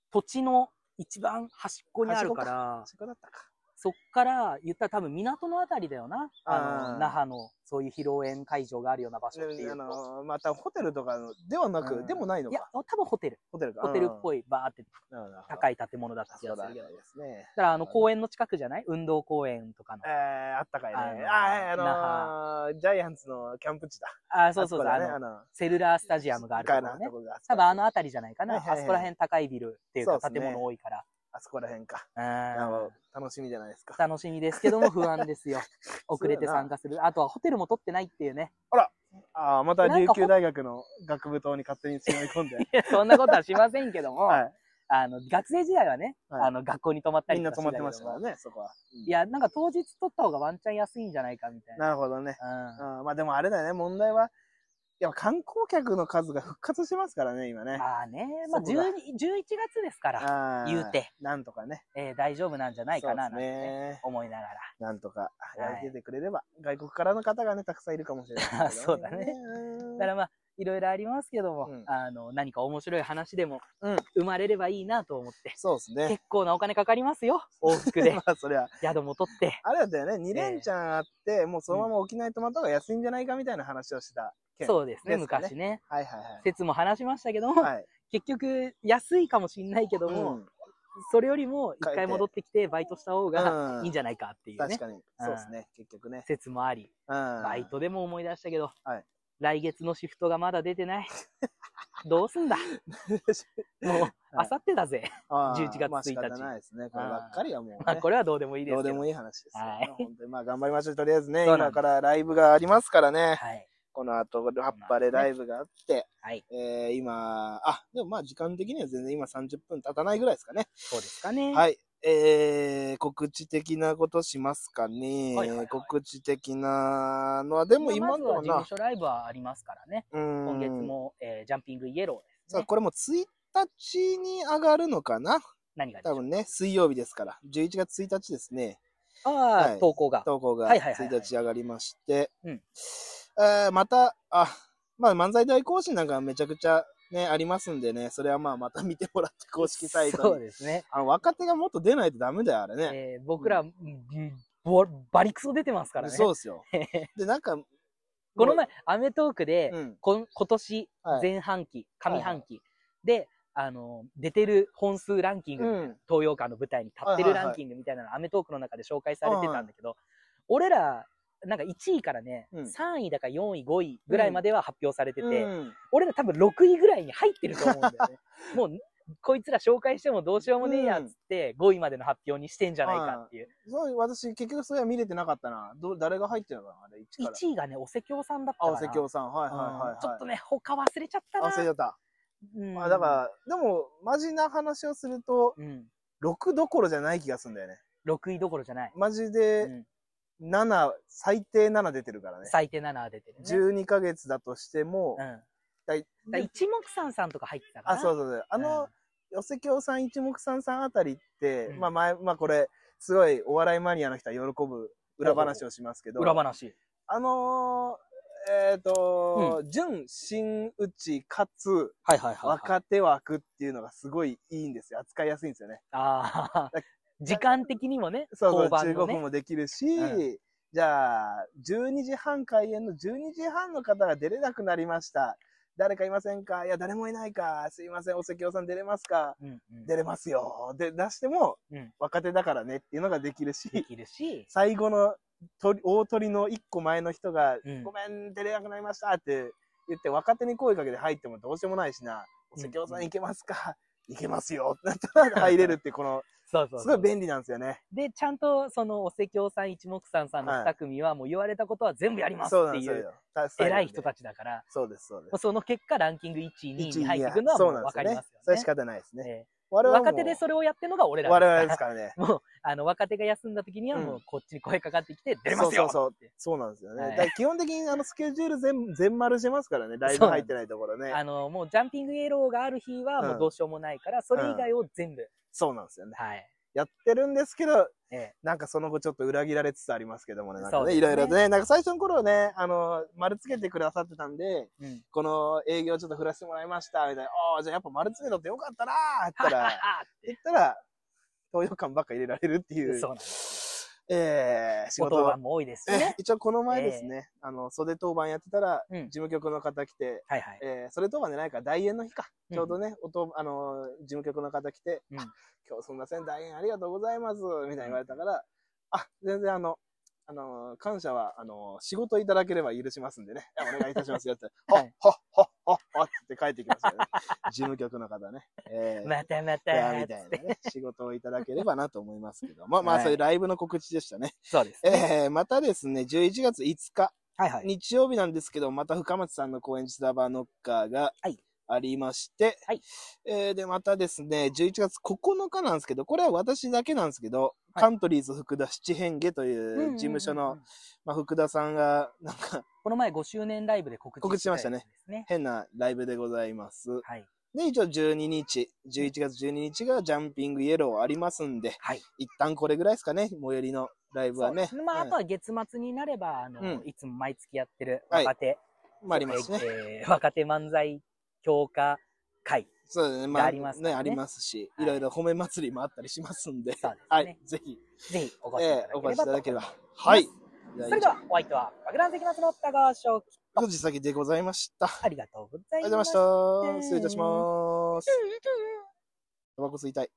Speaker 2: 土地の一番端っこにあるから
Speaker 1: そこだったか。
Speaker 2: そっから言ったら多分港のあたりだよなあ
Speaker 1: あー
Speaker 2: の那覇のそういう披露宴会場があるような場所ってい
Speaker 1: であ
Speaker 2: うと
Speaker 1: の、またホテルとかではなく、
Speaker 2: うん
Speaker 1: でもないの
Speaker 2: いや
Speaker 1: か。
Speaker 2: 多分ホテル
Speaker 1: ホテルか。
Speaker 2: ホテルっ
Speaker 1: い。
Speaker 2: ぽいバーって
Speaker 1: 高
Speaker 2: 高
Speaker 1: い。
Speaker 2: い建物だった気
Speaker 1: そ
Speaker 2: が
Speaker 1: うだ
Speaker 2: するけどだ
Speaker 1: ですね。
Speaker 2: からあの公園の近くじゃない運動公園とかの
Speaker 1: えー、あったかいね。
Speaker 2: あの
Speaker 1: ああ、あのージャイアンツのキャンプ地だ。
Speaker 2: あーそうそうそう
Speaker 1: あ
Speaker 2: あ
Speaker 1: そこだね、
Speaker 2: の
Speaker 1: あの、
Speaker 2: セルラースタジアムがあるとこ
Speaker 1: か
Speaker 2: ろ
Speaker 1: な
Speaker 2: ね
Speaker 1: とこがあそこ
Speaker 2: 多分あの辺りじゃないかな、
Speaker 1: はいはいはい
Speaker 2: あそこら辺高いビルっていうか
Speaker 1: そうっすね
Speaker 2: 建物多いから
Speaker 1: あそこら辺か。あ
Speaker 2: うん
Speaker 1: の楽しみじゃないですか。
Speaker 2: 楽しみですけども不安です よ。遅れて参加する。あとはホテルも取ってないっていうね。
Speaker 1: ああ、また
Speaker 2: なん
Speaker 1: 琉
Speaker 2: かほ
Speaker 1: 球大学の学部棟に勝手に忍み込んで。
Speaker 2: いやそんな ことはしませんけども、
Speaker 1: はい。
Speaker 2: あの、学生時代はね、
Speaker 1: はい
Speaker 2: あの、学校に泊まった
Speaker 1: み
Speaker 2: り
Speaker 1: ん
Speaker 2: と
Speaker 1: な
Speaker 2: か
Speaker 1: 泊まってましたか
Speaker 2: け
Speaker 1: ら
Speaker 2: ど
Speaker 1: ね、そこは。
Speaker 2: いや、なんか当日取った方がワンチャン安いんじゃないかみたいな。
Speaker 1: なるほどね。
Speaker 2: うん。
Speaker 1: うん、まあでもあれだよね、問題は、やっぱ観光客の数が復活してますからね、今ね。
Speaker 2: まあね、まあ
Speaker 1: そこが
Speaker 2: 12 11月ですから、
Speaker 1: あー
Speaker 2: 言うて。
Speaker 1: なんとかね。
Speaker 2: えー大丈夫なんじゃないかな、
Speaker 1: そ
Speaker 2: な
Speaker 1: うんで
Speaker 2: て
Speaker 1: す
Speaker 2: ね
Speaker 1: ね。
Speaker 2: 思いながら。
Speaker 1: なんとか、
Speaker 2: はい
Speaker 1: やいててくれれば、外国からの方がね、たくさんいるかもしれないですけど、
Speaker 2: そうだね
Speaker 1: うん
Speaker 2: だからまあ、いろいろありますけども、
Speaker 1: うん
Speaker 2: あの、何か面白い話でも
Speaker 1: うん
Speaker 2: 生まれればいいなと思って。
Speaker 1: そうですね。
Speaker 2: 結構なお金かかり ますよ。往復 で
Speaker 1: ま。あそりゃ、
Speaker 2: 宿も取って。
Speaker 1: あれだったよね、2連チャンあって、もうそのまま沖縄に泊まった方が安いんじゃないかみたいな話をしてた件。
Speaker 2: そうですね、
Speaker 1: ですかね
Speaker 2: 昔ね。
Speaker 1: はいはい
Speaker 2: 説も話しましたけども、
Speaker 1: はい。はい。
Speaker 2: 結局安いかもしんないけども、
Speaker 1: うん
Speaker 2: それよりも一
Speaker 1: 変えて
Speaker 2: 回戻ってきてバイトした方が
Speaker 1: うん
Speaker 2: いいんじゃないかっていうね
Speaker 1: 確、かに。そうですね、結局ね。
Speaker 2: 説もあり、
Speaker 1: うん
Speaker 2: バイトでも思い出したけど、
Speaker 1: はい
Speaker 2: 来月のシフトがまだ出 てない。どうすんだもう、あさってだぜ。
Speaker 1: あー
Speaker 2: 11月
Speaker 1: まあ仕方
Speaker 2: 1日
Speaker 1: ないですね。こればっかりはもう、ね。
Speaker 2: まあ、これはどうでもいいです
Speaker 1: ど
Speaker 2: け
Speaker 1: う
Speaker 2: ど。
Speaker 1: でもいい話ですよ、
Speaker 2: はい
Speaker 1: 本当にまあ頑張りましょう。とりあえずね、
Speaker 2: そうなんです
Speaker 1: 今からライブがありますからね。
Speaker 2: はい。
Speaker 1: この後、ラッパでライブがあって、
Speaker 2: はい。
Speaker 1: えー、今、あ、でもまあ時間的には全然今30分経たないぐらいですかね。
Speaker 2: そうですかね。
Speaker 1: はい。えー、告知的なことしますかね。
Speaker 2: はいはいはい
Speaker 1: 告知的なのは、でも
Speaker 2: まあま
Speaker 1: 今
Speaker 2: ず
Speaker 1: の
Speaker 2: は
Speaker 1: は
Speaker 2: 事
Speaker 1: な
Speaker 2: 務、所ライブはありますからね。
Speaker 1: 今
Speaker 2: 今月。も、えージャンピングイエローです、
Speaker 1: さあ、
Speaker 2: ね。
Speaker 1: これも1日に上がるのかな
Speaker 2: 何がでし
Speaker 1: 多
Speaker 2: ょう
Speaker 1: 分ね、水曜日ですから。11月1日ですね。
Speaker 2: ああ、
Speaker 1: はい
Speaker 2: 投稿が。
Speaker 1: 投稿が
Speaker 2: はいはいはい
Speaker 1: 1
Speaker 2: はい
Speaker 1: 日上がりまして
Speaker 2: うん、
Speaker 1: えーまた、あ、まあ漫才大更新なんかめちゃくちゃね、ありますんでね、それはまあまた見てもらって公式サイ
Speaker 2: そ
Speaker 1: ト
Speaker 2: う
Speaker 1: に。
Speaker 2: ですね。
Speaker 1: あの、若手がもっと出ないとダメだよ、あれね。
Speaker 2: えー僕ら、うんぼバリクソ出てますからね。
Speaker 1: そうです よ。で、なんか、
Speaker 2: この前、アメトークで、
Speaker 1: うん、
Speaker 2: こ今年
Speaker 1: はい
Speaker 2: 前半期、
Speaker 1: はい
Speaker 2: 上半期で、あの、出てる本数ランキング、
Speaker 1: うん、
Speaker 2: 東洋館の舞台に立って
Speaker 1: はい
Speaker 2: る
Speaker 1: はいはい
Speaker 2: ランキングみたいなの、アメトークの中で紹介されてたんだけど、俺ら、なんか1位からね、
Speaker 1: うん
Speaker 2: 3位だか4位、5位ぐらいまでは発表されてて、
Speaker 1: うん
Speaker 2: 俺ら多分6位ぐらいに入ってると思うんだよ ね。もう、こいつら紹介してもどうしようもねえやっつって、5位までの発表にしてんじゃないかっていう。
Speaker 1: そう私、結局それは見れてなかったな。ど誰が入ってるのかな、あれ、1から。
Speaker 2: 1位がね、おせきょうさんだったか
Speaker 1: あ、
Speaker 2: な。
Speaker 1: おせきょうさん。はいはいはい、は
Speaker 2: う
Speaker 1: い。
Speaker 2: んちょっとね、他忘れちゃったな。
Speaker 1: あ忘れちゃった。
Speaker 2: うん
Speaker 1: まあだから、でも、マジな話をすると、
Speaker 2: うん。
Speaker 1: 6どころじゃない気がするんだよね。
Speaker 2: 6位どころじゃない。
Speaker 1: マジで、
Speaker 2: うん
Speaker 1: 7、最低7出てるからね。
Speaker 2: 最低7は出てるね。
Speaker 1: 12ヶ月だとしても
Speaker 2: う、ん。
Speaker 1: 大
Speaker 2: だから一目散さんとか入ってたか
Speaker 1: あ、
Speaker 2: ら。
Speaker 1: そうそうそう。あの、寄せ京さん、一目散さんあたりって、
Speaker 2: うん
Speaker 1: まあ前、まあこれ、すごいお笑いマニアの人は喜ぶ裏話をしますけど、
Speaker 2: 裏話。
Speaker 1: あのー、えっ、と、純真打ちかつ
Speaker 2: はいはいはい、はい。
Speaker 1: 若手枠っていうのがすごいいいんですよ。扱いやすいんですよね。
Speaker 2: ああ。時間的にもね、
Speaker 1: そうそう、
Speaker 2: 交番
Speaker 1: 15
Speaker 2: のね
Speaker 1: 分もできるし、
Speaker 2: う
Speaker 1: じゃあ、12時半開演の12時半の方が出れなくなりました。誰かいませんかいや、誰もいないか。すいません、お席おさん出れますか
Speaker 2: うんうん
Speaker 1: 出れますよ。で、出しても
Speaker 2: うん、
Speaker 1: 若手だからねっていうのができるし、
Speaker 2: できるし、
Speaker 1: 最後の鳥大鳥の1個前の人が、
Speaker 2: うん
Speaker 1: ごめん、出れなくなりましたって言って、若手に声かけて入ってもどうしようもないしな。お席おさ
Speaker 2: うん
Speaker 1: ん
Speaker 2: うん
Speaker 1: 行けますか行けますよ。ってなったら入れるっ て、この、
Speaker 2: そうそう
Speaker 1: す
Speaker 2: そ
Speaker 1: ご
Speaker 2: う
Speaker 1: い便利なんですよね。
Speaker 2: で、ちゃんとそのおせきょうさん、一目散さんの
Speaker 1: はい
Speaker 2: 二組はもう言われたことは全部やります
Speaker 1: そう
Speaker 2: っ
Speaker 1: な
Speaker 2: て
Speaker 1: んで
Speaker 2: い
Speaker 1: すよ
Speaker 2: う、。偉い人たちだから、
Speaker 1: そうです、そうです。
Speaker 2: その結果ランキング1位、2位に入っていく
Speaker 1: 一
Speaker 2: のはも
Speaker 1: そううなんで
Speaker 2: わ
Speaker 1: す
Speaker 2: か
Speaker 1: よ
Speaker 2: り
Speaker 1: ね
Speaker 2: ます。
Speaker 1: そ
Speaker 2: よ
Speaker 1: れ
Speaker 2: ね
Speaker 1: し。か出ないですね。
Speaker 2: ええ
Speaker 1: 我々はもう
Speaker 2: 若手でそれをやってるのが俺ら
Speaker 1: 我々
Speaker 2: で
Speaker 1: です
Speaker 2: すか
Speaker 1: から ね。
Speaker 2: ら。もう、あの、若手が休んだ時にはもうこっちに声かかってきて、出ますよ
Speaker 1: そうそう
Speaker 2: って
Speaker 1: そうなんですよね。
Speaker 2: はい
Speaker 1: だから基本的にあのスケジュール全全丸してますからね。ライブ入ってないところね。
Speaker 2: あの、もうジャンピングイエローがある日はもうどうしようもないから、それ以外を全部、
Speaker 1: そうなんですよね。
Speaker 2: はい。
Speaker 1: やってるんですけど、
Speaker 2: ええ
Speaker 1: なんかその後ちょっと裏切られつつありますけどもね。なん
Speaker 2: そ
Speaker 1: か
Speaker 2: うで
Speaker 1: ね、
Speaker 2: すね
Speaker 1: いろいろとね。なんか最初の頃はね、あの、丸つけてくださってたんで、
Speaker 2: うん。
Speaker 1: この営業ちょっと振らせてもらいました、みたいな。ああ、じゃあやっぱ丸つけとってよかったなーって言 った ら、言ったら、東洋館ばっか入れられるっていう、
Speaker 2: そうなんで
Speaker 1: ええ仕
Speaker 2: お
Speaker 1: 事
Speaker 2: 当
Speaker 1: は
Speaker 2: 番も多いですし
Speaker 1: え
Speaker 2: ね。
Speaker 1: 一応この前ですね、あの、袖当番やってたら、
Speaker 2: うん
Speaker 1: 事務局の方来て、
Speaker 2: はいはい。
Speaker 1: えー、袖当番じゃないから、大演の日か。
Speaker 2: うん
Speaker 1: ちょうどね、おとあのー、事務局の方来て、
Speaker 2: うん
Speaker 1: あ今日すんません、大演ありがとうございます、みたいに言われたから、あ、全然あの、あのー、感謝は、あのー、仕事いただければ許しますんでね、お願いいたしますよ って、ほ
Speaker 2: は
Speaker 1: っ
Speaker 2: い
Speaker 1: ほっほっほっほっって帰ってきましたよね。事務局の方ね。えー
Speaker 2: またまた
Speaker 1: いやみたいなね、仕事をいただければなと思いますけど も、まあ、そういうライブの告知でしたね。
Speaker 2: そうですね。
Speaker 1: えー、またですね、11月5日、
Speaker 2: はいはい。
Speaker 1: 日曜日なんですけど、また深松さんの公演、スラバーノッカーが
Speaker 2: はい
Speaker 1: ありまして、
Speaker 2: はい
Speaker 1: えーで、またですね、11月9日なんですけど、これは私だけなんですけど、
Speaker 2: はい
Speaker 1: カントリーズ福田七変化という事務所の、
Speaker 2: うんうんうんうん
Speaker 1: まあ、福田さんが、なんか
Speaker 2: この前5周年ライブで告知
Speaker 1: 告知しましたね
Speaker 2: やつですね。
Speaker 1: 変なライブでございます。
Speaker 2: はい。
Speaker 1: で、一応12日、11月12日がジャンピングイエローありますんで、
Speaker 2: はい。
Speaker 1: 一旦これぐらいですかね、最寄りのライブはね。
Speaker 2: そうまあ、あと
Speaker 1: はい
Speaker 2: は月末になれば、あの、
Speaker 1: うん
Speaker 2: いつも毎月やってる
Speaker 1: はい
Speaker 2: 若手、
Speaker 1: まあ、ありますね。
Speaker 2: えー若手漫才強化会。
Speaker 1: そうですね。まあ、
Speaker 2: がありますか
Speaker 1: ね。
Speaker 2: らね
Speaker 1: ありますし、
Speaker 2: はい
Speaker 1: いろいろ褒め祭りもあったりしますんで。
Speaker 2: そうですね
Speaker 1: はい。ぜひ、
Speaker 2: ぜひお越しい
Speaker 1: え
Speaker 2: ただ
Speaker 1: ー、
Speaker 2: け
Speaker 1: お越
Speaker 2: れ
Speaker 1: しいた
Speaker 2: ば
Speaker 1: だ
Speaker 2: と
Speaker 1: ければ。はい。
Speaker 2: それでは、お相手は、爆弾的なその高橋翔樹
Speaker 1: 大丈夫、藤崎でございました。あ
Speaker 2: ありがとうござ
Speaker 1: りがと
Speaker 2: い
Speaker 1: う
Speaker 2: ま
Speaker 1: ござ
Speaker 2: した。
Speaker 1: いました。失礼いたします。タバコ吸いたい。